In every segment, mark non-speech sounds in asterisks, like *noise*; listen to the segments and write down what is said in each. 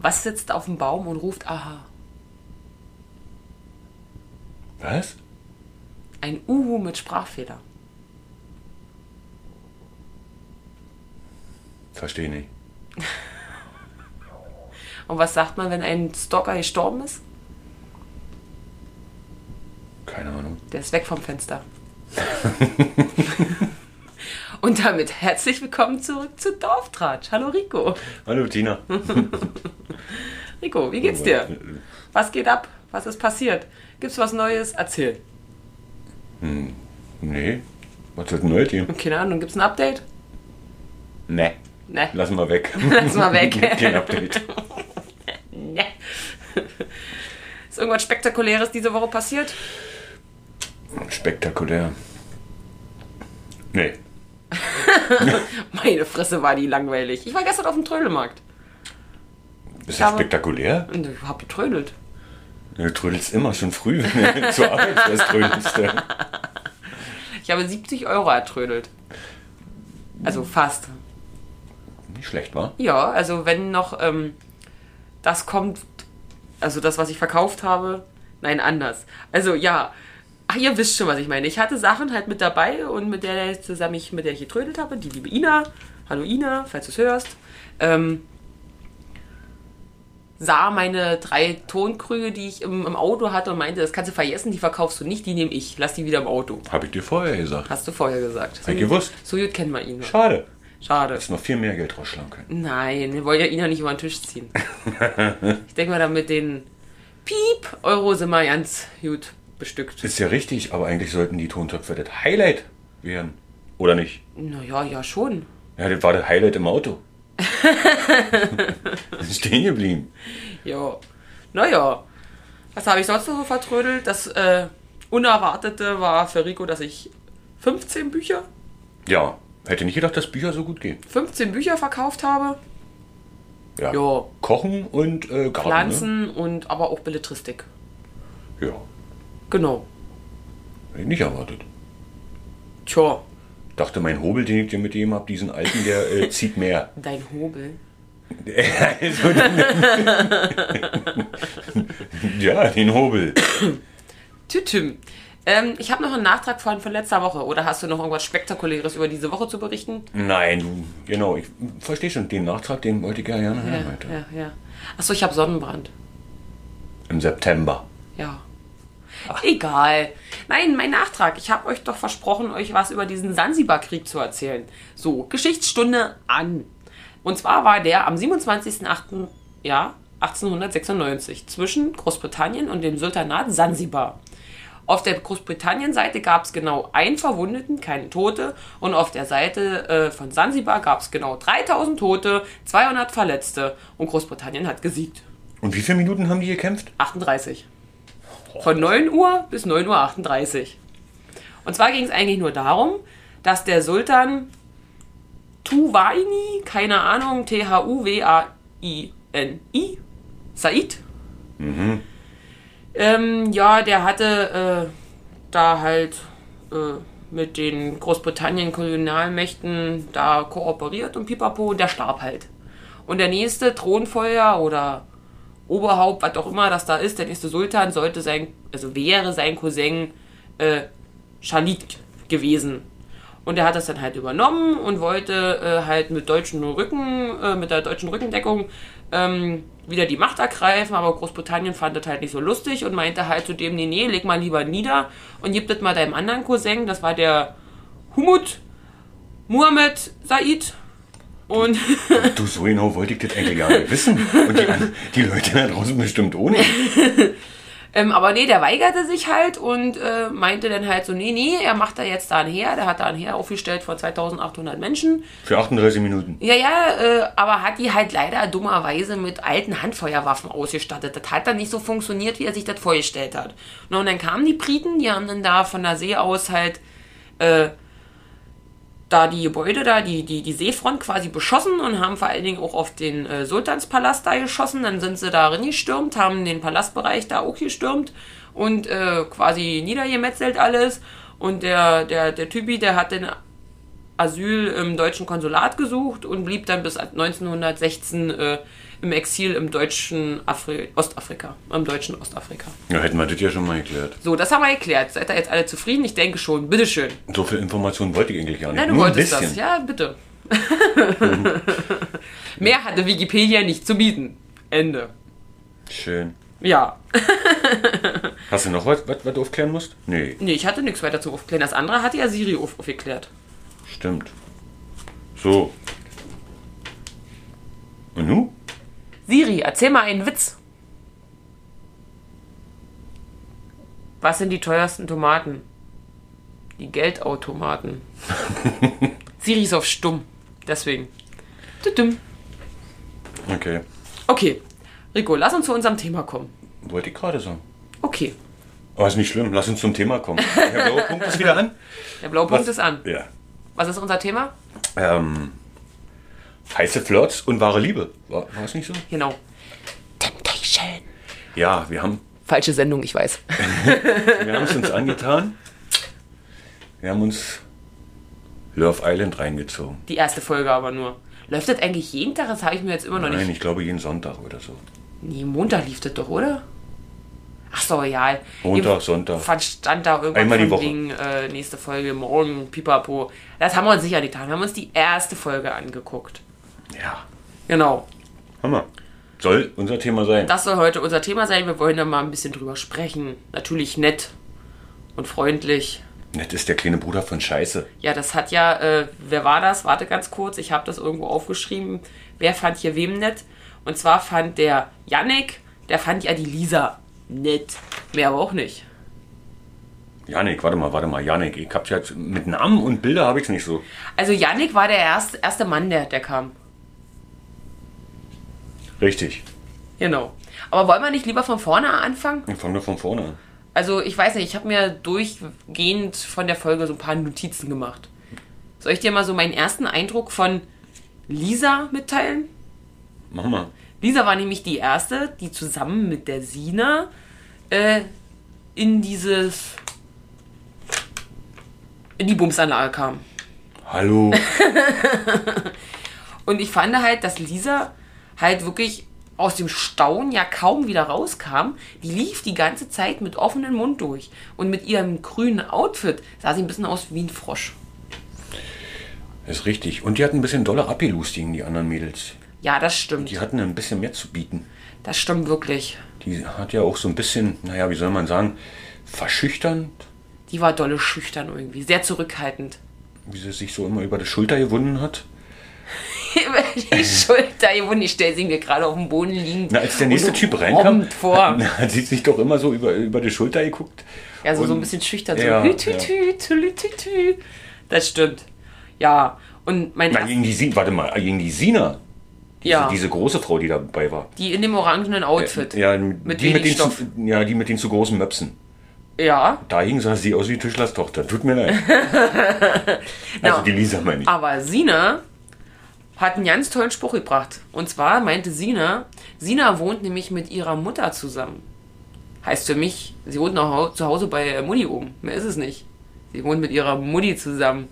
Max sitzt auf dem Baum und ruft Aha. Was? Ein Uhu mit Sprachfehler. Verstehe nicht. Und was sagt man, wenn ein Stalker gestorben ist? Keine Ahnung. Der ist weg vom Fenster. und damit herzlich willkommen zurück zu Dorftratsch. Hallo Rico. Hallo Tina. Rico, wie Hm, geht's dir? Was geht ab? Was ist passiert? Gibt's was Neues? Erzähl. Nee. Was ist denn neu, Tina? Keine Ahnung, gibt's ein Update? Nee. Ne, Lassen wir weg. lass mal *laughs* weg. *laughs* Kein Update. ne. Ist irgendwas Spektakuläres diese Woche passiert? Spektakulär. Nee. Meine Fresse war die langweilig. Ich war gestern auf dem Trödelmarkt. Ist Ja, das aber- spektakulär? Und ich hab getrödelt. Du trödelst immer schon früh, *laughs* wenn du zur Arbeit fährst, trödelst du. Ich habe 70 Euro ertrödelt. Also fast. Nicht schlecht, wa? Ja, also wenn noch ähm, das kommt, also das, was ich verkauft habe, nein, anders. Also ja, ach, ihr wisst schon, was ich meine. Ich hatte Sachen halt mit dabei und mit der ich zusammen ich, mit der ich getrödelt habe, die liebe Ina. Hallo Ina, falls du es hörst. Ähm, sah meine drei Tonkrüge, die ich im, im Auto hatte und meinte, das kannst du vergessen, die verkaufst du nicht, die nehme ich. Lass die wieder im Auto. Hab ich dir vorher gesagt. Hast du vorher gesagt. Hab ich gewusst. So gut kennen wir ihn. Schade. Schade. Hättest noch viel mehr Geld rausschlagen können. Nein, wir wollen ja ihn ja nicht über den Tisch ziehen. ich denke mal, da mit den Piep Euro sind wir ganz gut bestückt. Ist ja richtig, aber eigentlich sollten die Tontöpfe das Highlight werden. Oder nicht? Naja, ja schon. Ja, das war das Highlight *laughs* im Auto. Stehen geblieben. Ja. Naja. Was habe ich sonst noch so vertrödelt? Das äh, Unerwartete war für Rico, dass ich 15 Bücher, Ja, hätte nicht gedacht, dass Bücher so gut gehen. 15 Bücher verkauft habe. Ja. Ja. Kochen und äh, Garten. Pflanzen und aber auch Belletristik. Ne? Ja, Genau. hätte ich nicht erwartet. Tja, Dachte, mein Hobel, den ich dir mitgegeben habe, diesen alten, der *laughs* äh, zieht mehr. dein Hobel. Also, *laughs* ja, den Hobel. Tütüm. Ähm, ich habe noch einen Nachtrag von, von letzter Woche. Oder hast du noch irgendwas Spektakuläres über diese Woche zu berichten? Nein, du, genau, ich verstehe schon, den Nachtrag, den wollte ich ja gerne hören heute. ja, ja. Achso, ich habe Sonnenbrand. Im September. Ja. Egal. Nein, mein Nachtrag. Ich habe euch doch versprochen, euch was über diesen Sansibar-Krieg zu erzählen. So, Geschichtsstunde an. Und zwar war der am 27.08. Ja, 1896 zwischen Großbritannien und dem Sultanat Sansibar. Auf der Großbritannien-Seite gab es genau einen Verwundeten, keine Tote. Und auf der Seite äh, von Sansibar gab es genau 3000 Tote, 200 Verletzte. Und Großbritannien hat gesiegt. Und wie viele Minuten haben die gekämpft? 38. Von 9 Uhr bis 9 Uhr 38. Und zwar ging es eigentlich nur darum, dass der Sultan Tuwaini, keine Ahnung, T-H-U-W-A-I-N-I, Said, ähm, ja, der hatte äh, da halt äh, mit den Großbritannien-Kolonialmächten da kooperiert und pipapo, und der starb halt. Und der nächste Thronfeuer oder Oberhaupt, was auch immer das da ist, der nächste Sultan sollte sein, also wäre sein Cousin äh, Shalit gewesen. Und er hat das dann halt übernommen und wollte äh, halt mit deutschen Rücken, äh, mit der deutschen Rückendeckung ähm, wieder die Macht ergreifen, aber Großbritannien fand das halt nicht so lustig und meinte halt zu dem, nee, nee, leg mal lieber nieder und gib das mal deinem anderen Cousin, das war der Humut Muhammad Said und *laughs* Du, so genau wollte ich das eigentlich gar nicht wissen. Und die, an- die Leute da draußen bestimmt ohne. Ähm, aber nee, der weigerte sich halt und äh, meinte dann halt so, nee, nee, er macht da jetzt da ein Heer. Der hat da ein Heer aufgestellt von 2800 Menschen. Für 38 Minuten. Ja, ja, äh, aber hat die halt leider dummerweise mit alten Handfeuerwaffen ausgestattet. Das hat dann nicht so funktioniert, wie er sich das vorgestellt hat. Na, und dann kamen die Briten, die haben dann da von der See aus halt äh, da die Gebäude da, die, die, die Seefront quasi beschossen und haben vor allen Dingen auch auf den äh, Sultanspalast da geschossen. Dann sind sie da reingestürmt, haben den Palastbereich da auch gestürmt und äh, quasi niedergemetzelt alles. Und der, der, der Typi, der hat den Asyl im deutschen Konsulat gesucht und blieb dann bis 1916 äh, im Exil im deutschen Afri Ostafrika, im deutschen Ostafrika. Ja, hätten wir das ja schon mal geklärt. So, das haben wir geklärt. Seid ihr jetzt alle zufrieden? Ich denke schon. Bitteschön. So viel Informationen wollte ich eigentlich gar nicht. Nein, du Nur ein wolltest das. bisschen. Ja, bitte. *laughs* Mehr hatte Wikipedia nicht zu bieten. Ende. Schön. Ja. Hast du noch was, was, was du aufklären musst? Nee, Nee, ich hatte nichts weiter zu aufklären. Das andere hatte ja Siri auf aufgeklärt. stimmt. So. Und nu? Siri, erzähl mal einen Witz. Was sind die teuersten Tomaten? Die Geldautomaten. Siri ist auf stumm. Deswegen. Tütüm. Okay. Okay. Rico, lass uns zu unserem Thema kommen. Wollte ich gerade sagen. Okay. Aber ist nicht schlimm, lass uns zum *laughs* Thema kommen. Der blaue Punkt ist wieder an. Der blaue Punkt ist an. Ja. Was ist unser Thema? Ähm, heiße Flirts und wahre Liebe. War, war es nicht so? Genau. Temptation. Ja, wir haben Falsche Sendung, ich weiß. wir haben es uns angetan. Wir haben uns Love Island reingezogen. Die erste Folge aber nur. Läuft das eigentlich jeden Tag? Das habe ich mir jetzt immer noch nicht. Nein, ich glaube jeden Sonntag oder so. Nee, Montag lief das doch, oder? Ach so, ja. Montag, Ihr- Sonntag. Fand stand da irgendwann Einmal die von Woche. wegen äh, nächste Folge morgen, pipapo. Das haben wir uns sicher getan. Wir haben uns die erste Folge angeguckt. Ja, Genau. Hammer. Soll unser Thema sein. Das soll heute unser Thema sein. Wir wollen da mal ein bisschen drüber sprechen. Natürlich nett und freundlich. Nett ist der kleine Bruder von Scheiße. Ja, das hat ja, äh, wer war das? Warte ganz kurz, ich habe das irgendwo aufgeschrieben. Wer fand hier wem nett? Und zwar fand der Yannick, der fand ja die Lisa nett. Mehr aber auch nicht. Janik, warte mal, warte mal, Janik. Ich hab's jetzt mit Namen und Bilder habe ich es nicht so. Also Yannick war der erste, erste Mann, der, der kam. Richtig. Genau. Aber wollen wir nicht lieber von vorne anfangen? Ich fange nur von vorne an. Also ich weiß nicht, ich habe mir durchgehend von der Folge so ein paar Notizen gemacht. Soll ich dir mal so meinen ersten Eindruck von Lisa mitteilen? Mach mal. Lisa war nämlich die erste, die zusammen mit der Sina äh, in dieses in die Bumsanlage kam. Hallo. *laughs* Und ich fand halt, dass Lisa halt wirklich aus dem Staunen ja kaum wieder rauskam. Die lief die ganze Zeit mit offenem Mund durch. Und mit ihrem grünen Outfit sah sie ein bisschen aus wie ein Frosch. ist richtig. Und die hatten ein bisschen doller abgelust gegen die anderen Mädels. Ja, das stimmt. Die hatten ein bisschen mehr zu bieten. Das stimmt wirklich. Die hat ja auch so ein bisschen, naja, wie soll man sagen, verschüchternd, Die war dolle schüchtern irgendwie. Sehr zurückhaltend. *laughs* wie sie sich so immer über die Schulter gewunden hat. Über *laughs* die Schulter, ihr Wunder, ich stelle sie mir gerade auf dem Boden liegen. Na, als der nächste Typ reinkam, prompt *laughs* vor. hat, hat sie sich doch immer so über, über die Schulter geguckt. Ja, so, so ein Und- bisschen schüchtern. Ja, so. Hüt, hüt, ja. hüt, hüt, hüt, hüt. Das stimmt. Ja. Und mein Na, gegen die Sina, warte mal, gegen die Sina. Diese, Ja. diese große Frau, die dabei war. Die in dem orangenen Outfit. Ja, mit die wenig mit den Stoff. zu, ja, die mit den zu großen Möpsen. Ja, Da hing sah sie aus wie Tischlerstochter. Tut mir leid. *laughs* also Na. die Lisa meine ich. aber Sina hat einen ganz tollen Spruch gebracht. Und zwar meinte Sina, Sina wohnt nämlich mit ihrer Mutter zusammen. Heißt für mich, sie wohnt noch hau- zu Hause bei äh, Mutti oben. Mehr ist es nicht. Sie wohnt mit ihrer Mutti zusammen.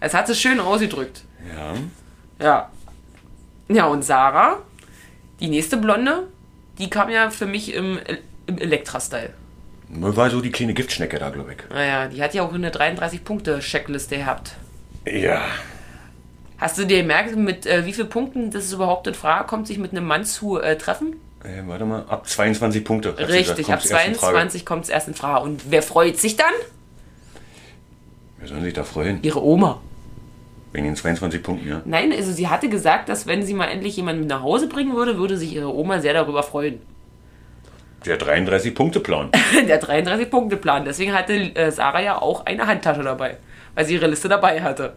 Es hat sie schön ausgedrückt. Ja. Ja. Ja, und Sarah, die nächste Blonde, die kam ja für mich im, El- im Elektra-Style. War so die kleine Giftschnecke da, glaube ich. Naja, die hat ja auch eine 33-Punkte-Checkliste gehabt. Ja. Hast du dir gemerkt, mit äh, wie vielen Punkten das überhaupt in Frage kommt, sich mit einem Mann zu äh, treffen? Äh, warte mal, ab 22 Punkte. hat sie gesagt, Richtig, ab kommt's erst in Frage. 22 kommt es erst in Frage. Und wer freut sich dann? Wer soll sich da freuen? Ihre Oma. Wegen den 22 Punkten, ja. Nein, also sie hatte gesagt, dass wenn sie mal endlich jemanden nach Hause bringen würde, würde sich ihre Oma sehr darüber freuen. Der 33-Punkte-Plan. *laughs* Der 33-Punkte-Plan. Deswegen hatte äh, Sarah ja auch eine Handtasche dabei, weil sie ihre Liste dabei hatte.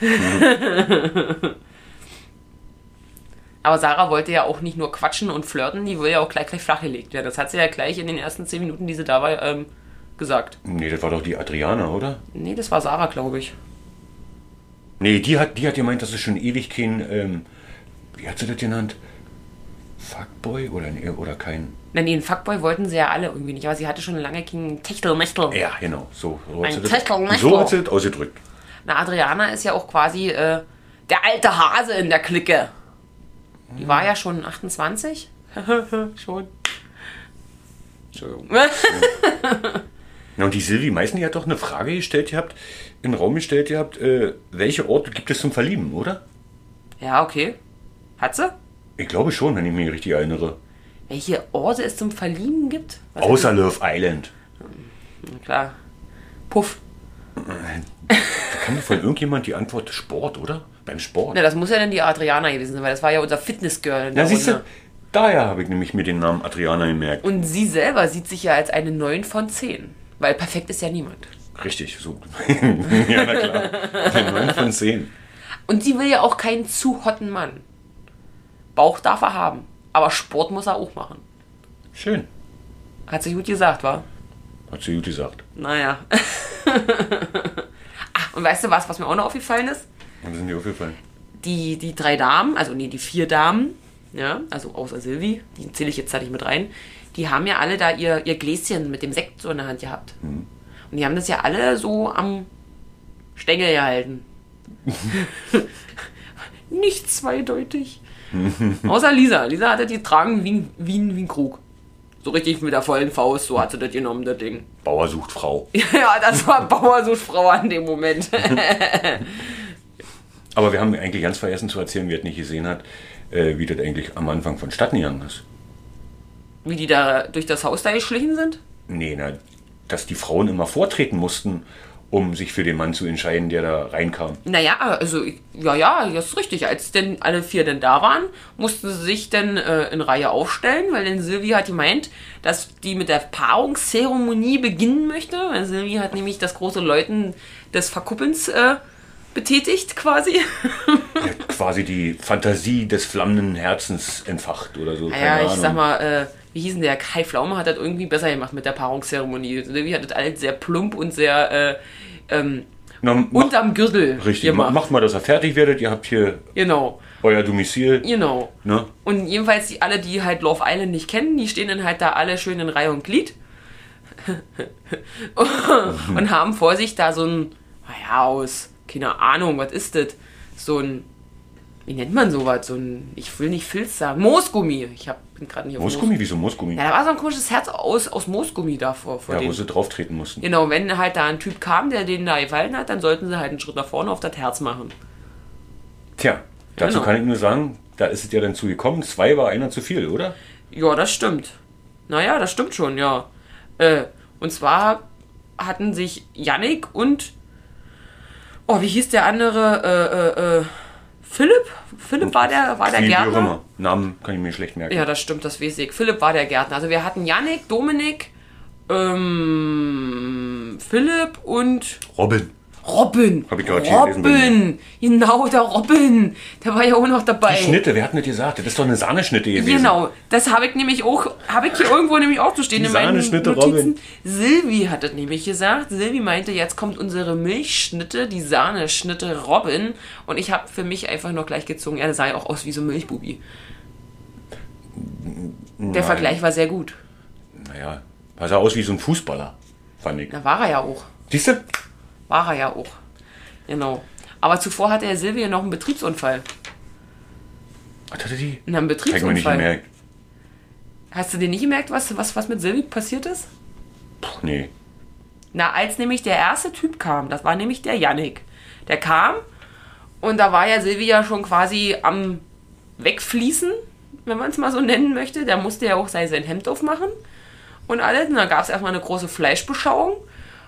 *laughs* Aber Sarah wollte ja auch nicht nur quatschen und flirten, die will ja auch gleich, gleich flachgelegt werden. Das hat sie ja gleich in den ersten 10 Minuten, die sie da war, ähm, gesagt. nee, das war doch die Adriana, oder? Nee, das war Sarah, glaube ich. Nee, die hat, die hat gemeint, dass es schon ewig kein, ähm, wie hat sie das genannt? Fuckboy oder, nee, oder kein... Nein, nee, einen Fuckboy wollten sie ja alle irgendwie nicht, aber sie hatte schon lange keinen Techtel-Mechtel. Ja, genau, so. So Ein hat, sie Techtel, das, Mechtel. so hat sie das ausgedrückt. Na, Adriana ist ja auch quasi äh, der alte Hase in der Clique. Die war ja schon *laughs* 28. schon. Entschuldigung. Na, und die Silvi Meißen, die hat doch eine Frage gestellt gehabt, in den Raum gestellt gehabt, äh, welche Orte gibt es zum Verlieben, oder? ja, okay. Hat sie? Ich glaube schon, wenn ich mich richtig erinnere. Welche Orte es zum Verlieben gibt? Was Außer Love Island. Na klar. Puff. Kann mir von irgendjemand die Antwort Sport, oder? Beim Sport. Na, das muss ja dann die Adriana gewesen sein, weil das war ja unser Fitnessgirl. in Na, der siehst Runde. du, daher habe ich nämlich mir den Namen Adriana gemerkt. Und sie selber sieht sich ja als eine 9 von 10. Weil perfekt ist ja niemand. Richtig, so. *laughs* ja, na klar. Der 9 von 10. Und sie will ja auch keinen zu hotten Mann. Bauch darf er haben, aber Sport muss er auch machen. Schön. Hat sie gut gesagt, war? Hat sie gut gesagt. Naja. *laughs* Ach, und weißt du was, was mir auch noch aufgefallen ist? Und sind die aufgefallen. Die, die drei Damen, also nee, die vier Damen, ja, also außer Silvi, die zähle ich jetzt halt nicht mit rein, die haben ja alle da ihr, ihr Gläschen mit dem Sekt so in der Hand gehabt. Und die haben das ja alle so am Stängel gehalten. nicht zweideutig. Außer Lisa. Lisa hat das getragen wie ein, wie, ein, wie ein Krug. So richtig mit der vollen Faust, so hat sie das genommen, das Ding. Bauer sucht Frau. *laughs* Ja, das war Bauer sucht Frau an dem Moment. *laughs* Aber wir haben eigentlich ganz vergessen zu erzählen, wer es nicht gesehen hat, äh, wie das eigentlich am Anfang vonstatten gegangen ist. Wie die da durch das Haus da geschlichen sind? Nee, na, dass die Frauen immer vortreten mussten, um sich für den Mann zu entscheiden, der da reinkam. Naja, also, ich- ja, ja, das ist richtig. Als denn alle vier denn da waren, mussten sie sich dann äh, in Reihe aufstellen, weil denn Silvi hat gemeint, dass die mit der Paarungszeremonie beginnen möchte. Weil Silvi hat nämlich das große Läuten des Verkuppelns äh, betätigt, quasi. *laughs* Der hat quasi die Fantasie des flammenden Herzens entfacht oder so. Keine Ah Ja, ich Ahnung. sag mal, äh, wie hieß denn der? Kai Pflaume hat das irgendwie besser gemacht mit der Paarungszeremonie. Silvi hat das alles sehr plump und sehr äh, ähm, Na, mach, unterm Gürtel richtig, ma- macht mal, dass ihr fertig werdet. Ihr habt hier Genau, euer Domizil. genau. Ne? Und jedenfalls die alle, die halt Love Island nicht kennen, die stehen dann halt da alle schön in Reihe und Glied *laughs* und haben vor sich da so ein, naja, aus, keine Ahnung, was ist das? So ein, wie nennt man sowas? So ein, ich will nicht Filz sagen, Moosgummi. Ich hab, bin gerade nicht auf Moosgummi? Wieso Moosgummi? Ja, da war so ein komisches Herz aus, aus Moosgummi da vor, vor Ja, wo denen. sie drauftreten mussten. Genau, wenn halt da ein Typ kam, der denen da gefallen hat, dann sollten sie halt einen Schritt nach vorne auf das Herz machen. Tja, dazu Genau. kann ich nur sagen, da ist es ja dann zu gekommen. Zwei war einer zu viel, oder? Ja, das stimmt. Naja, das stimmt schon, ja. Äh, und zwar hatten sich Yannick und. Oh, wie hieß der andere? Äh, äh, äh, Philipp? Philipp war der, war der Wie- wie auch Gärtner? immer. Namen kann ich mir schlecht merken. Ja, das stimmt, das weiß ich. Philipp war der Gärtner. Also wir hatten Yannick, Dominik, ähm, Philipp und Robin. Robin. Hab ich gerade hier gelesen bei Robin. Genau, der Robin. Der war ja auch noch dabei. Schnitte, wer hat denn das gesagt? Das ist doch eine Sahneschnitte gewesen. Genau, das habe ich nämlich auch, habe ich hier irgendwo nämlich auch zu stehen Die in meinen Sahneschnitte, Notizen. Robin. Silvi hat das nämlich gesagt. Silvi meinte, jetzt kommt unsere Milchschnitte, die Sahneschnitte Robin. Und ich habe für mich einfach noch gleich gezogen, ja, das sah ja auch aus wie so ein Milchbubi. Der Vergleich war sehr gut. Naja, war sah aus wie so ein Fußballer, fand ich. Da war er ja auch. Siehst du? War er ja auch. Genau. Aber zuvor hatte er Silvi ja noch einen Betriebsunfall. Was hatte die? Na, einen Zeig mir nicht Betriebsunfall. gemerkt. Hast du dir nicht gemerkt, was, was, was mit Silvi passiert ist? Puh, nee. Na, als nämlich der erste Typ kam, das war nämlich der Yannick. Der kam und da war ja Silvia schon quasi am Wegfließen, wenn man es mal so nennen möchte. Der musste ja auch sein, sein Hemd aufmachen und alles. Und dann gab es erstmal eine große Fleischbeschauung.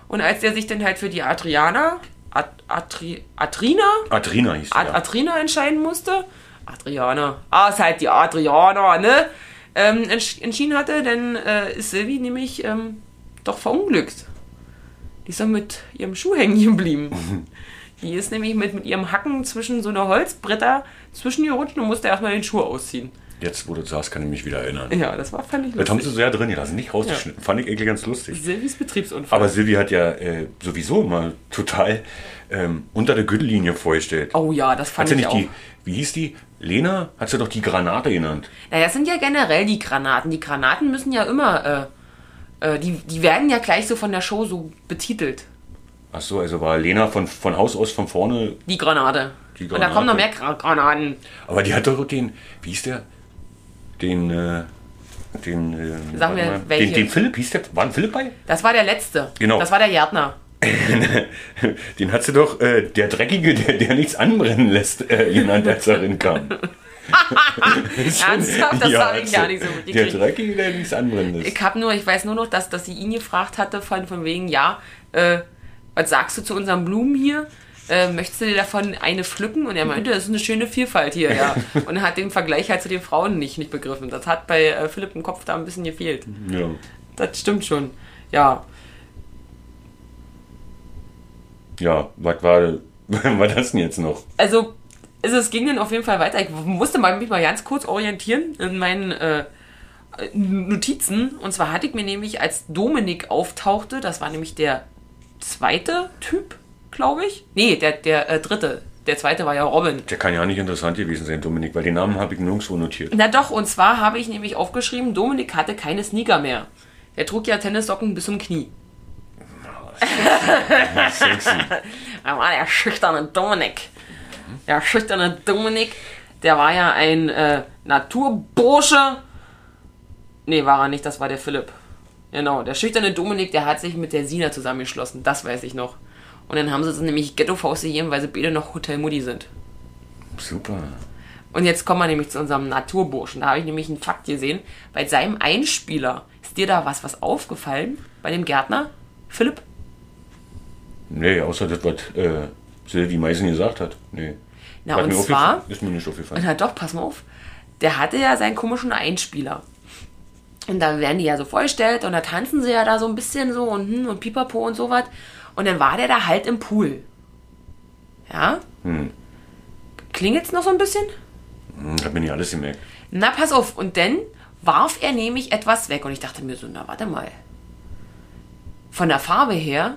Und als der sich dann halt für die Adriana, Ad, Adri, Adrina, Adrina hieß die, Ad, ja. Adrina entscheiden musste, Adriana, ah, ist halt die Adriana, ne? Ähm, entsch entschieden hatte, dann äh, ist Silvi nämlich ähm, doch verunglückt. Die ist doch mit ihrem Schuh hängen geblieben. *laughs* Die ist nämlich mit, mit ihrem Hacken zwischen so einer Holzbretter zwischengerutscht und musste erstmal den Schuh ausziehen. Jetzt, wo du sagst, kann ich mich wieder erinnern. Ja, das war völlig Das haben sie lustig. so ja drin gelassen, nicht rausgeschnitten. Fand ich eigentlich ganz lustig. Silvis Betriebsunfall. Aber Silvi hat ja äh, sowieso immer total ähm, unter der Gürtellinie vorgestellt. oh ja, das hat fand sie ich nicht auch. die, wie hieß die? Lena? Hat sie doch die Granate genannt. Naja, das sind ja generell die Granaten. Die Granaten müssen ja immer, äh, äh, die, die werden ja gleich so von der Show so betitelt. Ach so, also war Lena von, von Haus aus von vorne, Die Granate. Die Und da kommen noch Granate. mehr Gra Granaten. aber die hat doch den, wie hieß der? Den, äh, den, äh, warte mir, mal. welche? den, den Philipp, hieß der, war ein Philipp bei? *laughs* Das war der letzte. Genau. Das war der *laughs* Gärtner. Den hat sie doch, äh, der Dreckige, der, der nichts anbrennen lässt, äh, genannt, als *laughs* er rinkam. Ernsthaft, das habe ich hat gar sie. nicht so gut Der gekriegt. Dreckige, der nichts anbrennen lässt. Ich hab nur, ich weiß nur noch, dass, dass sie ihn gefragt hatte, von, von wegen, ja, äh, was sagst du zu unseren Blumen hier? Äh, möchtest du dir davon eine pflücken? Und er meinte, das ist eine schöne Vielfalt hier, *laughs* ja. Und er hat den Vergleich halt zu den Frauen nicht, nicht begriffen. Das hat bei äh, Philipp im Kopf da ein bisschen gefehlt. Ja. Das stimmt schon. Ja. ja, was war, *laughs* war das denn jetzt noch? Also, also es ging dann auf jeden Fall weiter. Ich musste mal, mich mal ganz kurz orientieren in meinen äh, Notizen. Und zwar hatte ich mir nämlich, als Dominik auftauchte, das war nämlich der zweite Typ, glaube ich. Nee, der, der äh, dritte. Der zweite war ja Robin. Der kann ja nicht interessant gewesen sein, Dominik, weil den Namen habe ich nirgendwo notiert. Na doch, und zwar habe ich nämlich aufgeschrieben, Dominik hatte keine Sneaker mehr. Er trug ja Tennissocken bis zum Knie. Sexy. Da war der schüchterne Dominik. Der schüchterne Dominik, der war ja ein äh, Naturbursche. Nee, war er nicht, das war der Philipp. Genau, der schüchterne Dominik, der hat sich mit der Sina zusammengeschlossen, das weiß ich noch. Und dann haben sie sie nämlich Ghetto-Faust gegeben, weil sie beide noch Hotel Mutti sind. Super. Und jetzt kommen wir nämlich zu unserem Naturburschen. Da habe ich nämlich einen Fakt gesehen. Bei seinem Einspieler ist dir da was, was aufgefallen? Bei dem Gärtner? Philipp? Nee, außer das, was äh, Silvi Meisen gesagt hat. Nee. Na, Hat und mir zwar- aufgefallen- Ist mir nicht aufgefallen. Na halt, doch, pass mal auf. Der hatte ja seinen komischen Einspieler. Und da werden die ja so vorgestellt und da tanzen sie ja da so ein bisschen so und, hm, und pipapo und sowas. Und dann war der da halt im Pool. Ja? Klingelt's noch so ein bisschen? Hm, Mhm. Hat mir nicht alles gemerkt. Na, pass auf. Und dann warf er nämlich etwas weg. Und ich dachte mir so, na, warte mal. Von der Farbe her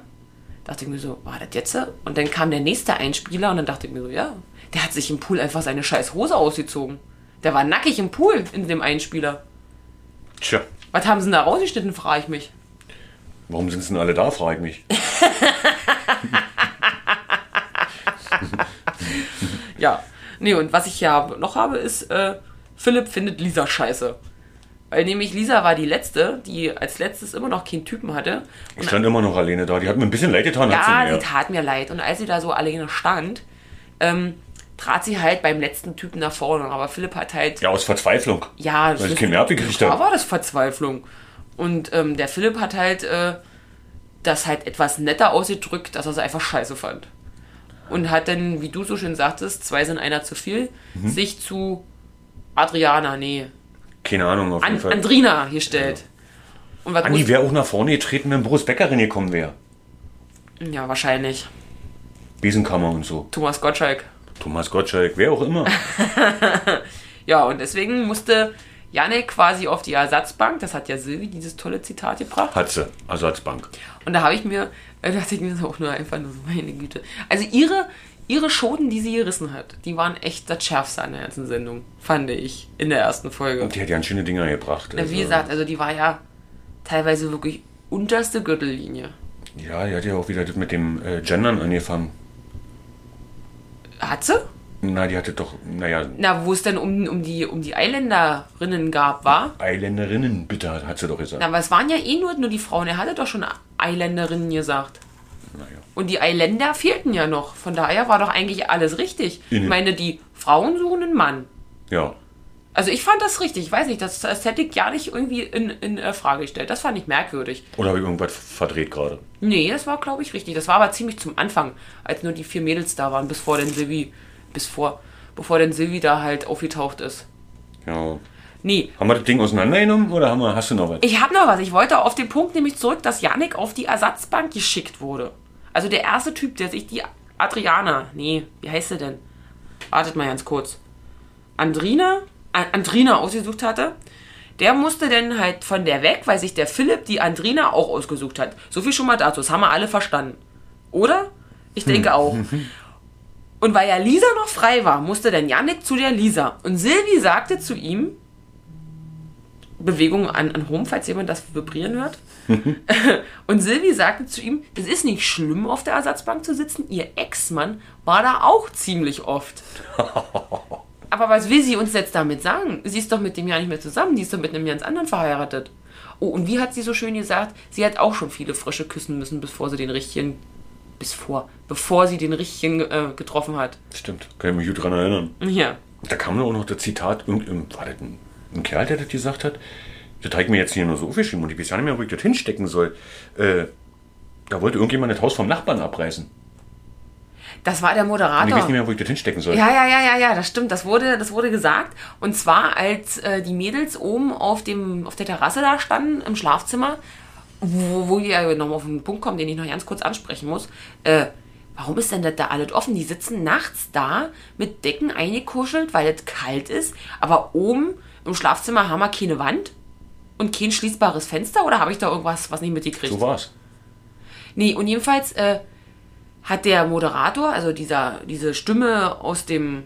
dachte ich mir so, war das jetzt? Und dann kam der nächste Einspieler und dann dachte ich mir so, ja, der hat sich im Pool einfach seine scheiß Hose ausgezogen. Der war nackig im Pool in dem Einspieler. Tja, Was haben sie denn da rausgeschnitten, frage ich mich. warum sind sie denn alle da, frage ich mich. Ja. Nee, und was ich ja noch habe, ist, äh, Philipp findet Lisa scheiße. Weil nämlich Lisa war die Letzte, die als letztes immer noch keinen Typen hatte. Ich stand immer noch alleine da. Die hat mir ein bisschen leid getan. Ja, hat sie sie mir. tat mir leid. Und als sie da so alleine stand, ähm, trat sie halt beim letzten Typen nach vorne. Aber Philipp hat halt, ja, aus Verzweiflung. ja, Weil ich keinen Nerv gekriegt da habe. war das Verzweiflung. Und ähm, der Philipp hat halt äh, das halt etwas netter ausgedrückt, dass er es einfach scheiße fand. Und hat dann, wie du so schön sagtest, zwei sind einer zu viel, Mhm. sich zu Adriana, nee, Keine Ahnung, auf jeden An Fall. Andrina gestellt. Und was Andi muss, wäre auch nach vorne getreten, wenn Boris Beckerin gekommen wäre. ja, wahrscheinlich. Besenkammer und so. Thomas Gottschalk. Thomas Gottschalk, wer *laughs* auch immer. Ja, und deswegen musste Janek quasi auf die Ersatzbank, das hat ja Silvi dieses tolle Zitat gebracht. Hat sie. Ersatzbank. Und da habe ich mir, äh, dachte ich mir so auch nur einfach nur so, meine Güte. Also ihre, ihre Schoten, die sie gerissen hat, die waren echt das Schärfste an der ganzen Sendung, fand ich, in der ersten Folge. Die hat ganz schöne Dinger gebracht. Na, Wie also. gesagt, also die war ja teilweise wirklich unterste Gürtellinie. Ja, die hat ja auch wieder das mit dem äh, Gendern angefangen. Hat sie? Na, die hatte doch, naja, Na, wo es denn um, um, die, um die Eiländerinnen gab, war? Eiländerinnen, bitte, hat hat sie doch gesagt. Na, aber es waren ja eh nur, nur die Frauen, er hatte doch schon Eiländerinnen gesagt. Naja. Und die Eiländer fehlten ja noch. Von daher war doch eigentlich alles richtig. Ich Innen. meine, die Frauen suchen einen Mann. Ja, Also ich fand das richtig. Ich weiß nicht, das, das hätte ich gar nicht irgendwie in, in äh, Frage gestellt. Das fand ich merkwürdig. oder habe ich irgendwas verdreht gerade? Nee, das war, glaube ich, richtig. Das war aber ziemlich zum Anfang, als nur die vier Mädels da waren, bis vor den Silvi, bis vor, bevor denn Silvi da halt aufgetaucht ist. Ja. Nee, Haben wir das Ding auseinandergenommen oder haben wir, hast du noch was? ich habe noch was. Ich wollte auf den Punkt nämlich zurück, dass Yannick auf die Ersatzbank geschickt wurde. Also der erste Typ, der sich die Adriana, nee, wie heißt sie denn? Wartet mal ganz kurz. Andrina, A- Andrina ausgesucht hatte, der musste dann halt von der weg, weil sich der Philipp die Andrina auch ausgesucht hat. So viel schon mal dazu. Das haben wir alle verstanden. Oder? Ich denke auch. Und weil ja Lisa noch frei war, musste dann Yannick zu der Lisa. Und Silvi sagte zu ihm, Bewegung an, an Rum, falls jemand das vibrieren hört. *laughs* und Silvi sagte zu ihm, es ist nicht schlimm, auf der Ersatzbank zu sitzen. Ihr Ex-Mann war da auch ziemlich oft. Aber was will sie uns jetzt damit sagen? Sie ist doch mit dem ja nicht mehr zusammen, die ist doch mit einem ganz anderen verheiratet. Oh, und wie hat sie so schön gesagt? Sie hat auch schon viele Frische küssen müssen, bevor sie den richtigen, bis vor, bevor sie den richtigen äh, getroffen hat. Stimmt, kann ich mich gut dran erinnern. Ja. Da kam auch noch das Zitat, irgendein, war das ein, ein Kerl, der das gesagt hat? Das habe ich mir jetzt hier nur so aufgeschrieben und ich weiß ja nicht mehr, wo ich das hinstecken soll. Äh, da wollte irgendjemand das Haus vom Nachbarn abreißen. Das war der Und ich weiß Moderator. nicht mehr, wo ich das hinstecken soll. Ja, ja, ja, ja, ja, das stimmt. Das wurde, das wurde gesagt. Und zwar, als äh, die Mädels oben auf, dem, auf der Terrasse da standen, im Schlafzimmer, wo, wo wir nochmal auf einen Punkt kommen, den ich noch ganz kurz ansprechen muss. Äh, warum ist denn das da alles offen? Die sitzen nachts da mit Decken eingekuschelt, weil es kalt ist. Aber oben im Schlafzimmer haben wir keine Wand und kein schließbares Fenster. Oder habe ich da irgendwas, was nicht mitgekriegt? So war's. Nee, und jedenfalls äh, hat der Moderator, also dieser, diese Stimme aus dem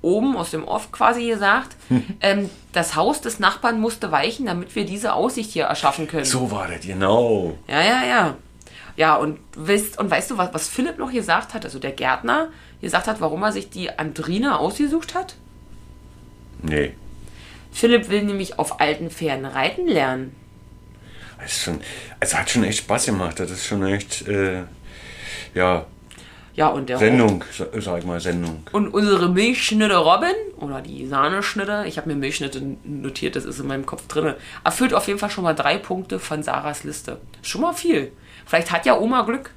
oben, aus dem Off quasi gesagt, Hm. *laughs* ähm, das Haus des Nachbarn musste weichen, damit wir diese Aussicht hier erschaffen können. So war das, genau. Ja, ja, ja. Ja, und, wisst, und weißt du, was, was Philipp noch gesagt hat, also der Gärtner, gesagt hat, warum er sich die Andrina ausgesucht hat? Nee. Philipp will nämlich auf alten Pferden reiten lernen. Das ist schon, also hat schon echt Spaß gemacht. Das ist schon echt, äh, ja, Ja, und der Sendung, sa- sag ich mal, Sendung. Und unsere Milchschnitte Robin oder die Sahneschnitte, ich habe mir Milchschnitte notiert, das ist in meinem Kopf drin, erfüllt auf jeden Fall schon mal drei Punkte von Sarahs Liste. Schon mal viel. Vielleicht hat ja Oma Glück.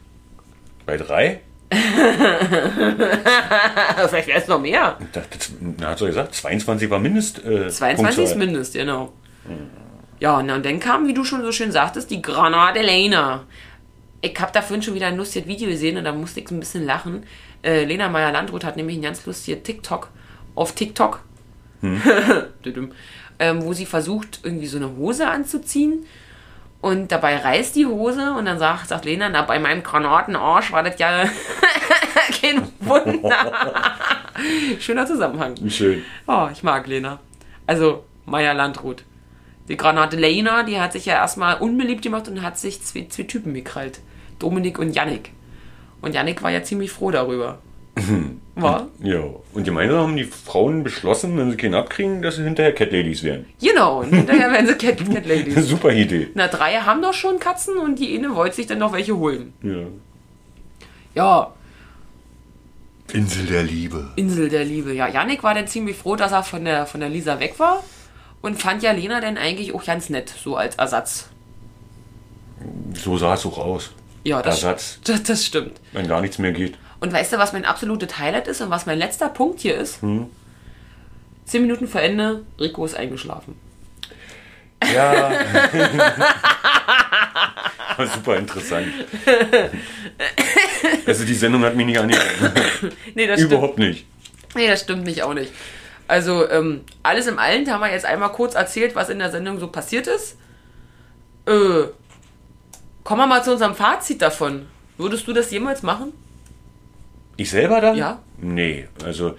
Bei drei? Äh, *laughs* Vielleicht wäre es noch mehr. Ich dachte, das- na, hat so gesagt, 22 war Mindest. Äh, 22 ist Punktzahl. Mindest, genau. Ja, na, und dann kam, wie du schon so schön sagtest, die Granate Elena. Ich habe da vorhin schon wieder ein lustiges Video gesehen und da musste ich ein bisschen lachen. Äh, Lena Meyer-Landrut hat nämlich ein ganz lustiges TikTok auf TikTok, *laughs* Düdüm. ähm, wo sie versucht, irgendwie so eine Hose anzuziehen. Und dabei reißt die Hose und dann sagt, sagt Lena, na, bei meinem Granatenarsch war das ja *laughs* kein Wunder. Schöner Zusammenhang. Schön. Oh, ich mag Lena. Also, Maya Landrut. Die Granate Lena, die hat sich ja erstmal unbeliebt gemacht und hat sich zwei, zwei Typen gekrallt. Dominik und Yannick. Und Yannick war ja ziemlich froh *laughs* darüber. War? Ja, und gemeinsam haben die Frauen beschlossen, wenn sie keinen abkriegen, dass sie hinterher Cat Ladies werden. Genau, und hinterher werden sie Cat, Cat Ladies. *laughs* Super Idee. Na, drei haben doch schon Katzen und die eine wollte sich dann noch welche holen. Ja. Ja, Insel der Liebe. Insel der Liebe. Ja, Yannick war dann ziemlich froh, dass er von der, von der Lisa weg war und fand ja Lena dann eigentlich auch ganz nett, so als Ersatz. So sah es auch aus. Ja, das, Ersatz, *laughs* das, das stimmt. wenn gar nichts mehr geht. Und weißt du, was mein absolutes Highlight ist und was mein letzter Punkt hier ist? Hm? Zehn Minuten vor Ende, Rico ist eingeschlafen. Ja. *laughs* Super interessant. Also die Sendung hat mich nicht angefangen. Nee, das Überhaupt nicht. stimmt. Nee, das stimmt mich auch nicht. Also, ähm, alles im Allen haben wir jetzt einmal kurz erzählt, was in der Sendung so passiert ist. Äh, kommen wir mal zu unserem Fazit davon. Würdest du das jemals machen? Ich selber dann? Ja. Nee, also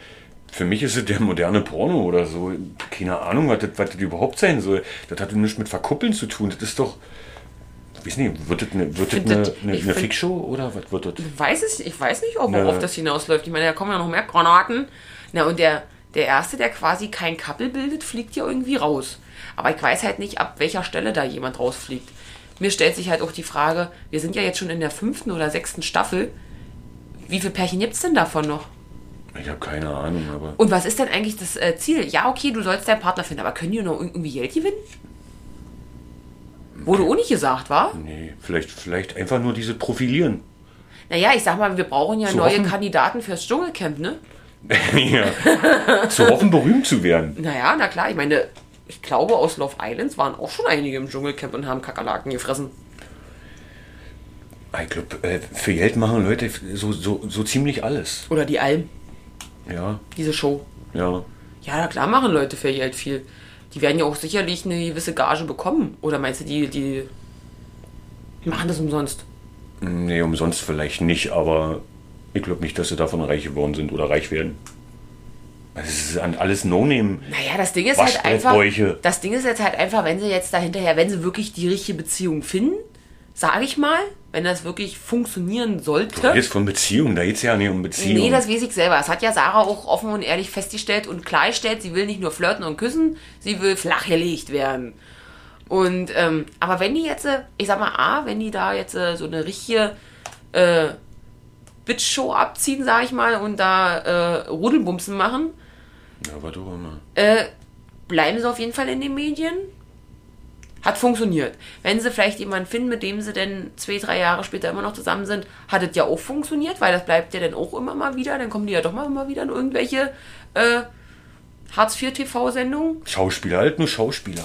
für mich ist es der moderne Porno oder so. Keine Ahnung, was das, was das überhaupt sein soll. Das hat nichts mit Verkuppeln zu tun. Das ist doch. Ich weiß nicht, wird das eine, wird das find eine, das- eine, ich eine find- Fickshow oder was wird das? Ich weiß es, ich weiß nicht, ob- Nö. worauf das hinausläuft. Ich meine, da kommen ja noch mehr Granaten. Na, und der, der Erste, der quasi kein Kappel bildet, fliegt ja irgendwie raus. Aber ich weiß halt nicht, ab welcher Stelle da jemand rausfliegt. Mir stellt sich halt auch die Frage, wir sind ja jetzt schon in der fünften oder sechsten Staffel. Wie viele Pärchen gibt's denn davon noch? Ich habe keine Ahnung, aber. Und was ist denn eigentlich das äh, Ziel? Ja, okay, du sollst deinen Partner finden, aber können die noch irgendwie Geld gewinnen? Wurde auch nicht gesagt, war? Nee, vielleicht, vielleicht einfach nur diese Profilieren. *laughs* Naja, ich sag mal, wir brauchen ja neue hoffen- Kandidaten fürs Dschungelcamp, ne? ja. Zu hoffen, berühmt zu werden. Naja, na klar, ich meine, ich glaube, aus Love Islands waren auch schon einige im Dschungelcamp und haben Kakerlaken gefressen. Ich glaube, äh, für Geld machen Leute so, so, so ziemlich alles. Oder die Alm, Ja, diese Show. ja. Ja, na klar machen Leute für Geld viel. Die werden ja auch sicherlich eine gewisse Gage bekommen. Oder meinst du, die, die machen das umsonst? Nee, umsonst vielleicht nicht, aber ich glaube nicht, dass sie davon reich geworden sind oder reich werden. Das Also ist an alles No-Name. Naja, das Ding ist halt einfach. Waschbrettbäuche. Das Ding ist jetzt halt einfach, wenn sie jetzt da hinterher, wenn sie wirklich die richtige Beziehung finden, sage ich mal, wenn das wirklich funktionieren sollte. Jetzt von Beziehung, da geht es ja nicht um Beziehung. Nee, das weiß ich selber. Das hat ja Sarah auch offen und ehrlich festgestellt und klargestellt, sie will nicht nur flirten und küssen, sie will flachgelegt werden. Und, ähm, aber wenn die jetzt, äh, ich sag mal, A, wenn die da jetzt äh, so eine richtige äh, Bitch-Show abziehen, sag ich mal, und da äh, Rudelbumsen machen, ja, warte doch mal. äh, bleiben sie auf jeden Fall in den Medien. Hat funktioniert. Wenn sie vielleicht jemanden finden, mit dem sie dann zwei, drei Jahre später immer noch zusammen sind, hat es ja auch funktioniert, weil das bleibt ja dann auch immer mal wieder. Dann kommen die ja doch mal immer wieder in irgendwelche äh, Hartz-IV-TV-Sendungen. Schauspieler, halt nur Schauspieler.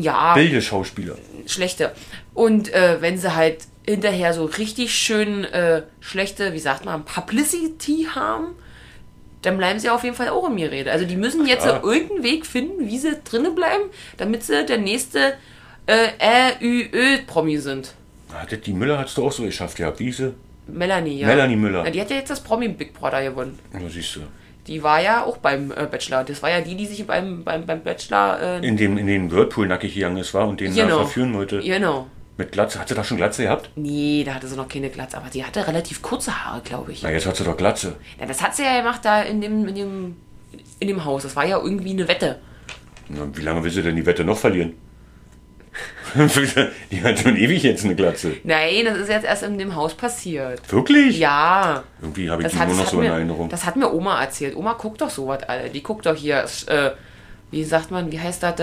Ja, Bilde Schauspieler. schlechte. Und äh, wenn sie halt hinterher so richtig schön äh, schlechte, wie sagt man, Publicity haben, dann bleiben sie auf jeden Fall auch in mir Rede. Also die müssen jetzt Klar. so irgendeinen Weg finden, wie sie drinnen bleiben, damit sie der nächste äh, RÜÖ-Promi sind. Hattet die Müller hast du auch so geschafft, ja. Diese. Melanie, ja. Melanie Müller. Na, die hat ja jetzt das Promi-Big Brother gewonnen. Ja, siehst du. Die war ja auch beim äh, Bachelor. Das war ja die, die sich beim, beim, beim Bachelor... Äh, In dem, in den Whirlpool nackig gegangen ist, war und den da verführen wollte. Genau. Mit Glatze. Hat sie da schon Glatze gehabt? Nee, da hatte sie noch keine Glatze, aber sie hatte relativ kurze Haare, glaube ich. Na, jetzt hat sie doch Glatze. Ja, das hat sie ja gemacht da in dem, in dem, in dem Haus. Das war ja irgendwie eine Wette. Na, wie lange will sie denn die Wette noch verlieren? *laughs* die hat schon ewig jetzt eine Glatze. Nein, das ist jetzt erst in dem Haus passiert. Wirklich? Ja. Irgendwie habe ich Das die hat, nur das, noch hat so in mir, Erinnerung. das hat mir Oma erzählt. Oma guckt doch sowas, alle. Die guckt doch hier, äh, wie sagt man, wie heißt das?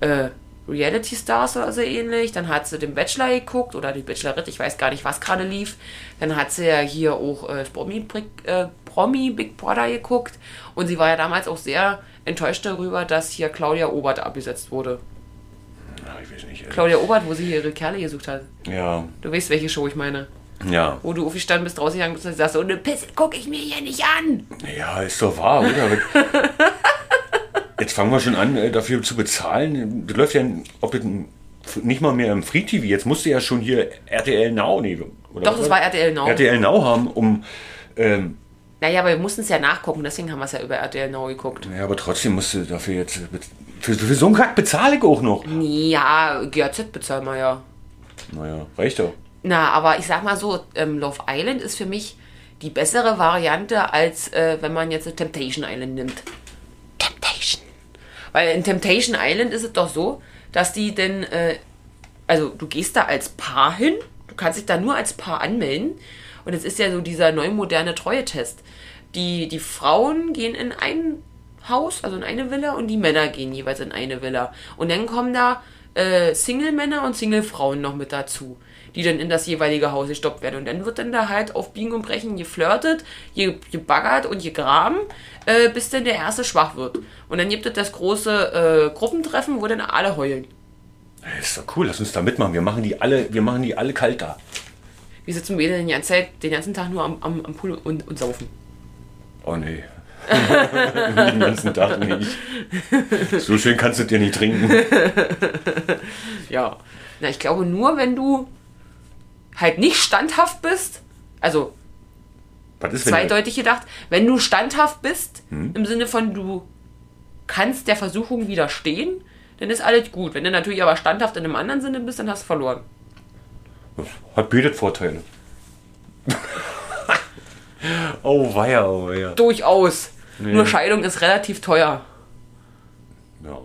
Äh, Reality Stars oder so ähnlich. Dann hat sie den Bachelor geguckt oder die Bachelorette, ich weiß gar nicht, was gerade lief. Dann hat sie ja hier auch äh, Promi, Big- äh, Promi Big Brother geguckt. Und sie war ja damals auch sehr enttäuscht darüber, dass hier Claudia Obert abgesetzt wurde. Na, ich weiß nicht. ey. Claudia Obert, wo sie hier ihre Kerle gesucht hat. Ja, Du weißt, welche Show ich meine. ja. Wo du aufgestanden bist, rausgegangen bist und sagst, so eine Pisse guck ich mir hier nicht an. Ja, ist doch wahr, oder? *laughs* Jetzt fangen wir schon an, äh, dafür zu bezahlen. Das läuft ja ob das n- nicht mal mehr im Free TV. Jetzt musst du ja schon hier RTL Now nehmen. Oder Doch, was das war RTL Now. RTL Now haben, um. Ähm, Naja, aber wir mussten es ja nachgucken, deswegen haben wir es ja über RTL Now geguckt. ja, aber trotzdem musst du dafür jetzt. äh, bez- Für, für so einen Kack bezahle ich auch noch. Ja, GAZ bezahlen wir ja. Naja, reicht doch. Na, aber ich sag mal so, ähm, Love Island ist für mich die bessere Variante, als äh, wenn man jetzt Temptation Island nimmt. Temptation. Weil in Temptation Island ist es doch so, dass die denn, äh, also du gehst da als Paar hin, du kannst dich da nur als Paar anmelden und es ist ja so dieser neu moderne Treue-Test. Die, die Frauen gehen in ein Haus, also in eine Villa und die Männer gehen jeweils in eine Villa. Und dann kommen da äh, Single-Männer und Single-Frauen noch mit dazu, die dann in das jeweilige Haus gestoppt werden. Und dann wird dann da halt auf Biegen und Brechen geflirtet, ge- gebaggert und gegraben, äh, bis dann der Erste schwach wird. Und dann gibt es das große äh, Gruppentreffen, wo dann alle heulen. Ey, Ist doch cool, lass uns da mitmachen. Wir machen die alle, wir machen die alle kalt da. Wir sitzen beide den ganzen, Zeit, den ganzen Tag nur am, am, am Pool und, und saufen. Oh nee. *laughs* Den ganzen Tag nicht. So schön kannst du dir nicht trinken. Ja. Na, ich glaube nur, wenn du halt nicht standhaft bist, also Was ist, wenn du- zweideutig gedacht, wenn du standhaft bist, im Sinne von du kannst der Versuchung widerstehen, dann ist alles gut. Wenn du natürlich aber standhaft in einem anderen Sinne bist, dann hast du verloren. Hat bietet *laughs* Vorteile. oh weia, oh weia. Durchaus. Nur Scheidung ist relativ teuer. *laughs* Ja.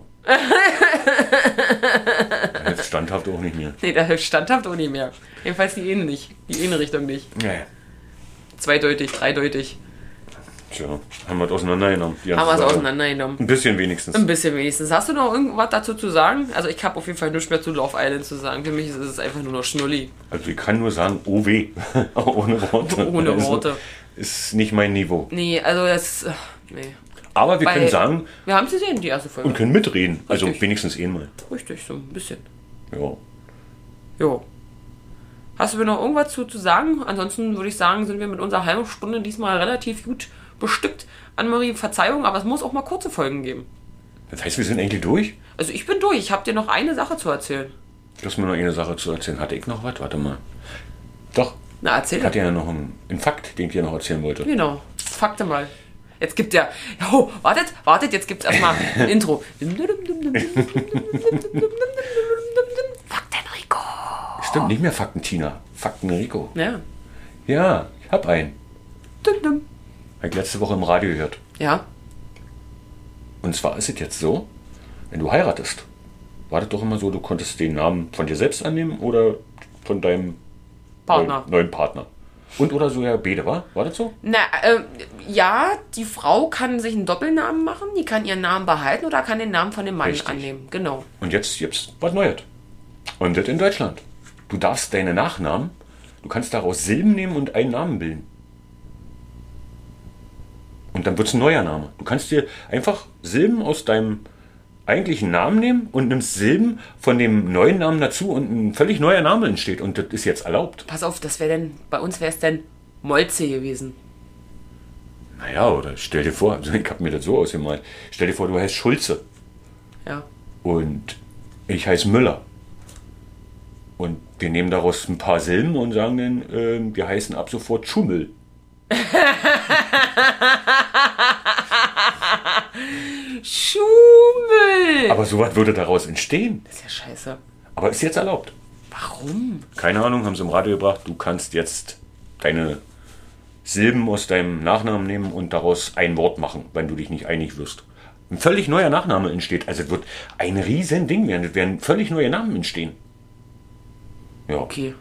Jetzt standhaft auch nicht mehr. Nee, da hilft standhaft auch nicht mehr. Jedenfalls die Innen nicht. Die Innenrichtung nicht. Nee. Zweideutig, dreideutig. Tja, haben wir es auseinandergenommen. die ganze Haben wir es Sache. auseinandergenommen. Ein bisschen wenigstens. Ein bisschen wenigstens. Hast du noch irgendwas dazu zu sagen? Also ich habe auf jeden Fall nichts mehr zu Love Island zu sagen. Für mich ist es einfach nur noch Schnulli. Also ich kann nur sagen, oh weh. *laughs* Ohne Worte. *laughs* Ohne Also, Worte. Ist nicht mein Niveau. Nee, also das... äh, Nee. Aber wir Weil- können sagen Wir haben sie gesehen, die erste Folge. und können mitreden. Also Richtig. wenigstens eh mal. Richtig, so ein bisschen. Ja. Jo. Hast du mir noch irgendwas zu, zu sagen? Ansonsten würde ich sagen, sind wir mit unserer halben Stunde diesmal relativ gut bestückt. Annemarie, Verzeihung, aber es muss auch mal kurze Folgen geben. Das heißt, wir sind eigentlich durch? Also ich bin durch. Ich habe dir noch eine Sache zu erzählen. Lass mir noch eine Sache zu erzählen. Hatte ich noch was? Warte mal. Doch, Na, erzähl ich doch. hatte ja noch einen, einen Fakt, den ich dir noch erzählen wollte. Genau. Fakte mal. Jetzt gibt der. Jo, wartet, wartet, jetzt gibt's *laughs* erstmal ein Intro. Fakten Rico. Stimmt, nicht mehr Fakten Tina, Fakten Rico. Ja. Ja, ich hab einen. Hab ich letzte Woche im Radio gehört. Ja. Und zwar ist es jetzt so, wenn du heiratest, war das doch immer so, du konntest den Namen von dir selbst annehmen oder von deinem Partner. Neuen, neuen Partner. Und oder so ja Bede, war? War das so? Ähm. Na, äh, ja, die Frau kann sich einen Doppelnamen machen, die kann ihren Namen behalten oder kann den Namen von dem Mann Richtig. annehmen. Genau. Und jetzt gibt's was Neues. Und das in Deutschland. Du darfst deine Nachnamen, du kannst daraus Silben nehmen und einen Namen bilden. Und dann wird's ein neuer Name. Du kannst dir einfach Silben aus deinem eigentlichen Namen nehmen und nimmst Silben von dem neuen Namen dazu und ein völlig neuer Name entsteht. Und das ist jetzt erlaubt. Pass auf, das wäre denn, bei uns wäre es denn Molze gewesen. Naja, oder stell dir vor, *laughs* ich habe mir das so ausgemalt, stell dir vor, du heißt Schulze. Ja. Und ich heiße Müller. Und wir nehmen daraus ein paar Silben und sagen dann, ähm, wir heißen ab sofort Schummel. Schumel! Aber sowas würde daraus entstehen. Das ist ja scheiße. Aber ist jetzt erlaubt. Warum? Keine Ahnung, haben sie im Radio gebracht. Du kannst jetzt deine Silben aus deinem Nachnamen nehmen und daraus ein Wort machen, wenn du dich nicht einig wirst. Ein völlig neuer Nachname entsteht. Also es wird ein riesen Ding werden. Es werden völlig neue Namen entstehen. Ja. Okay.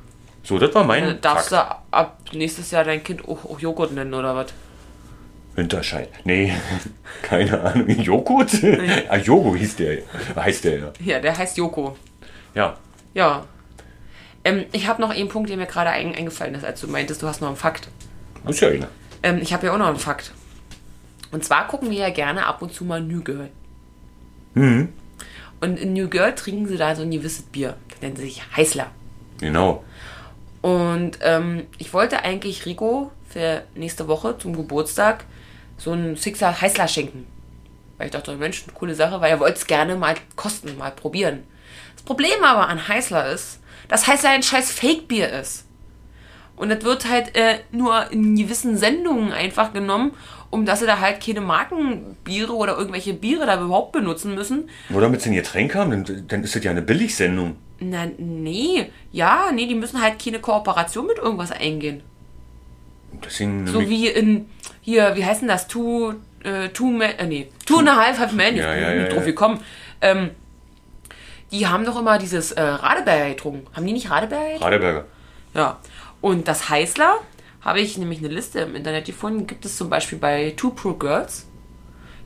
So, das war mein Äh, Darfst Fakt. du ab nächstes Jahr dein Kind auch, auch Joghurt nennen oder was? Winterscheid. Nee, *laughs* keine Ahnung. Joghurt? ah, Jogo hieß der. Heißt der ja. Ja, der heißt Joko. Ja. Ja. Ähm, ich habe noch einen Punkt, der mir gerade ein, eingefallen ist, als du meintest, du hast noch einen Fakt. Muss ja einer. Ähm, ich habe ja auch noch einen Fakt. Und zwar gucken wir ja gerne ab und zu mal New Girl. Und in New Girl trinken sie da so ein gewisses Bier. Das nennt sich Heißler. Genau. Und ähm, ich wollte eigentlich Rico für nächste Woche zum Geburtstag so einen Sixer Heißler schenken. Weil ich dachte, Mensch, eine coole Sache, weil er wollte es gerne mal kosten, mal probieren. Das Problem aber an Heißler ist, dass Heißler ein scheiß Fake-Bier ist. Und das wird halt äh, nur in gewissen Sendungen einfach genommen, um dass sie da halt keine Markenbiere oder irgendwelche Biere da überhaupt benutzen müssen. Nur damit sie ein Getränk haben, dann, dann ist das ja eine Billigsendung. Na, nee, ja, nee, die müssen halt keine Kooperation mit irgendwas eingehen. Deswegen So wie in, hier, wie heißt denn das? Two, äh, two, man, äh, nee, two and a half half men. Ja, ich ja, bin ja, nicht drauf ja. gekommen. Ähm, die haben doch immer dieses äh, Radeberger getrunken. Haben die nicht Radeberger getrunken? Radeberger. Ja. Und das Heißler habe ich nämlich eine Liste im Internet gefunden. Gibt es zum Beispiel bei Two Pro Girls.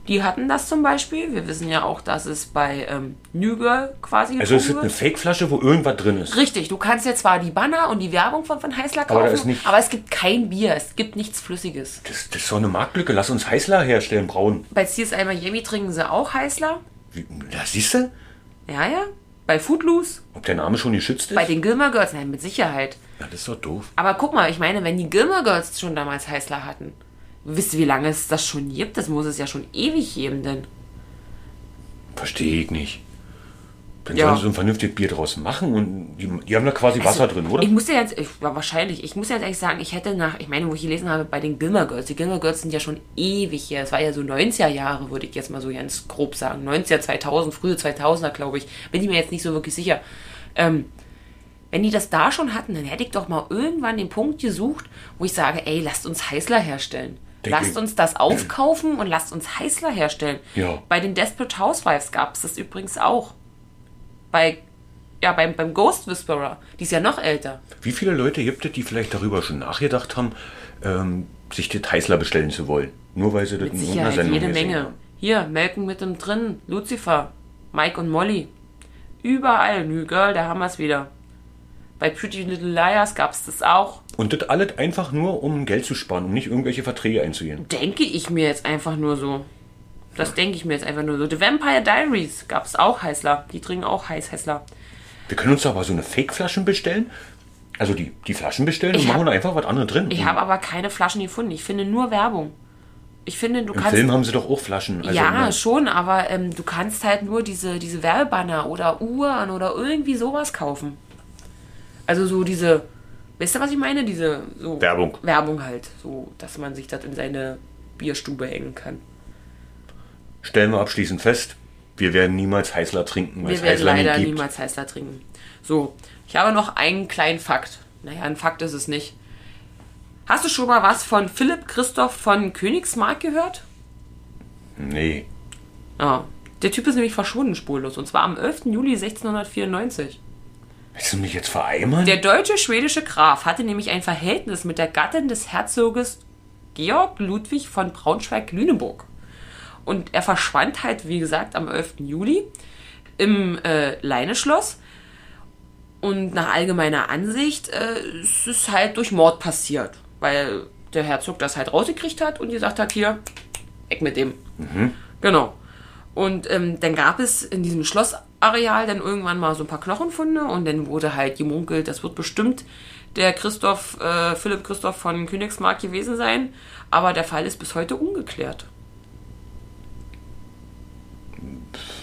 Die hatten das zum Beispiel. Wir wissen ja auch, dass es bei ähm, New Girl quasi getrunken Also es ist wird. eine Fake-Flasche, wo irgendwas drin ist. Richtig, du kannst ja zwar die Banner und die Werbung von, von Heißler Aber da kaufen, aber, ist nicht- aber es gibt kein Bier, es gibt nichts Flüssiges. Das, das ist so eine Marktlücke. Lass uns Heißler herstellen, braun. Bei CSI Miami trinken sie auch Heißler. Wie, na, siehst du? Ja, ja. Bei Footloose, Ob der Name schon geschützt ist? bei den Gilmer Girls, nein, mit Sicherheit. ja, das ist doch doof. Aber guck mal, ich meine, wenn die Gilmer Girls schon damals Heißler hatten, wisst ihr, wie lange es das schon gibt? Das muss es ja schon ewig geben, denn. Verstehe ich nicht. Dann Ja. sollen sie so ein vernünftiges Bier draus machen und die, die haben da quasi Wasser drin, oder? Ich muss dir jetzt, ich, ja, wahrscheinlich, ich muss dir jetzt ehrlich sagen, ich hätte nach, ich meine, wo ich gelesen habe, bei den Gilmer Girls, die Gilmer Girls sind ja schon ewig her, es war ja so 90er Jahre, würde ich jetzt mal so ganz grob sagen, 90er, 2000, frühe 2000er, glaube ich, bin ich mir jetzt nicht so wirklich sicher. Ähm, wenn die das da schon hatten, dann hätte ich doch mal irgendwann den Punkt gesucht, wo ich sage, ey, lasst uns Heißler herstellen. Denke lasst ich- uns das aufkaufen und lasst uns Heißler herstellen. Ja. Bei den Desperate Housewives gab es das übrigens auch. Bei, ja, beim, beim Ghost Whisperer. Die ist ja noch älter. Wie viele Leute gibt es, die vielleicht darüber schon nachgedacht haben, ähm, sich das Heißler bestellen zu wollen? Nur weil sie das in irgendeiner Sicherheit, Sendung jede gesehen Menge. haben. Hier, Melken mit dem drin, Lucifer, Mike und Molly. Überall, New Girl, da haben wir es wieder. Bei Pretty Little Liars gab es das auch. Und das alles einfach nur, um Geld zu sparen, um nicht irgendwelche Verträge einzugehen. Denke ich mir jetzt einfach nur so. Das denke ich mir jetzt einfach nur so. The Vampire Diaries gab es auch Heißler. Die trinken auch Heißhässler. Wir können uns aber so eine Fake-Flaschen bestellen. Also die, die Flaschen bestellen Ich und machen hab- da einfach was anderes drin. Ich Im- habe aber keine Flaschen gefunden. Ich finde nur Werbung. Ich finde, du Im kannst. Film haben sie doch auch Flaschen. Also ja, immer- schon, aber ähm, du kannst halt nur diese, diese Werbebanner oder Uhren oder irgendwie sowas kaufen. Also so diese, weißt du, was ich meine? Diese so Werbung. Werbung halt, so, dass man sich das in seine Bierstube hängen kann. Stellen wir abschließend fest, wir werden niemals Heißler trinken, weil Wir es werden Heißler leider nicht gibt. niemals Heißler trinken. So, ich habe noch einen kleinen Fakt. Naja, ein Fakt ist es nicht. Hast du schon mal was von Philipp Christoph von Königsmark gehört? Nee. Ja. Der Typ ist nämlich verschwunden spurlos und zwar am 11. Juli 1694. Willst du mich jetzt vereimern? Der deutsche-schwedische Graf hatte nämlich ein Verhältnis mit der Gattin des Herzoges Georg Ludwig von Braunschweig-Lüneburg. Und er verschwand halt, wie gesagt, am 11. Juli im äh, Leineschloss. Und nach allgemeiner Ansicht äh, es ist halt durch Mord passiert, weil der Herzog das halt rausgekriegt hat und gesagt hat, hier, weg mit dem. Genau. Und ähm, dann gab es in diesem Schlossareal dann irgendwann mal so ein paar Knochenfunde und dann wurde halt gemunkelt, das wird bestimmt der Christoph, äh, Philipp Christoph von Königsmark gewesen sein, aber der Fall ist bis heute ungeklärt.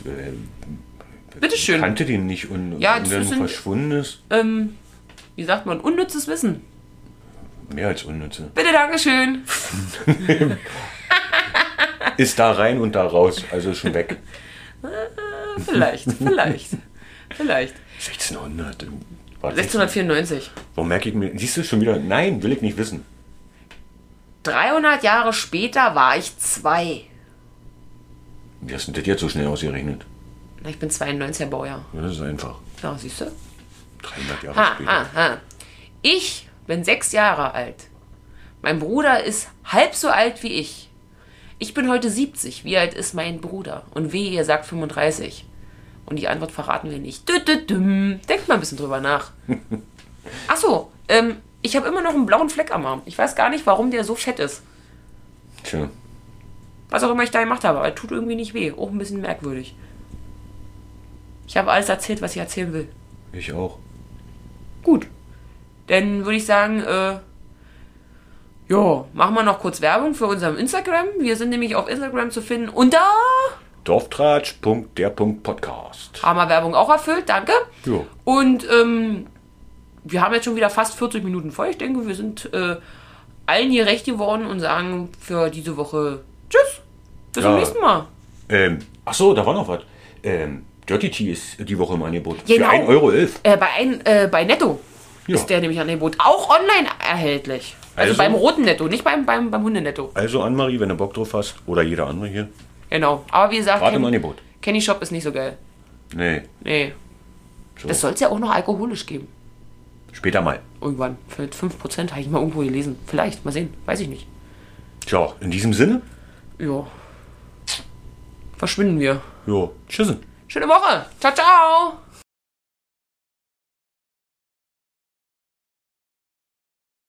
äh, Bitteschön. kannte den nicht und, Ja, und das dann ist ein- verschwunden ist. Ähm, wie sagt man, unnützes Wissen. Mehr als unnütze. Bitte, Dankeschön. Ist da rein und da raus, also ist *laughs* schon weg. Äh, Vielleicht, vielleicht, vielleicht. 1600. ähm, Warte, 1694. Wo merke ich mir? Siehst du schon wieder? Nein, will ich nicht wissen. 300 Jahre später war ich zwei. Wie hast du denn das jetzt so schnell ausgerechnet? Na, ich bin 92er Baujahr. Ja, das ist einfach. Ja, siehst du? 300 Jahre Ha, später. ha, ha. ah. Ich bin sechs Jahre alt. Mein Bruder ist halb so alt wie ich. Ich bin heute 70. Wie alt ist mein Bruder? Und wehe, ihr sagt 35. Und die Antwort verraten wir nicht. Dü, dü, düm. Denkt mal ein bisschen drüber nach. Ach so, ähm, ich habe immer noch einen blauen Fleck am Arm. Ich weiß gar nicht, warum der so fett ist. Tja, Was auch immer ich da gemacht habe, aber er tut irgendwie nicht weh. Auch ein bisschen merkwürdig. Ich habe alles erzählt, was ich erzählen will. ich auch. Gut. Dann würde ich sagen, äh, ja, machen wir noch kurz Werbung für unserem Instagram. Wir sind nämlich auf Instagram zu finden und da Dorftratsch.der.podcast. haben wir Werbung auch erfüllt, danke. Jo. Und ähm, wir haben jetzt schon wieder fast 40 Minuten voll. Ich denke, wir sind äh, allen hier recht geworden und sagen für diese Woche Tschüss. Bis zum Ja. nächsten Mal. Ähm, ach so, da war noch was. Ähm, Dirty Tea ist die Woche im Angebot. Genau. Für 1,11 Euro. elf. Äh, bei, ein, äh, bei Netto Ja. ist der nämlich an dem Boot auch online erhältlich. Also, Also? beim roten Netto, nicht beim, beim, beim Hundenetto. Also, Annemarie, wenn du Bock drauf hast, oder jeder andere hier, Genau. Aber wie gesagt, warte im Ken- Angebot. Candy Shop ist nicht so geil. Nee, Nee. So. Das soll es ja auch noch alkoholisch geben. später mal. Irgendwann. Mit 5% habe ich mal irgendwo gelesen. Vielleicht. Mal sehen. Weiß ich nicht. Tja, in diesem Sinne, Ja. Verschwinden wir. jo, tschüssen. Schöne Woche. Ciao, ciao.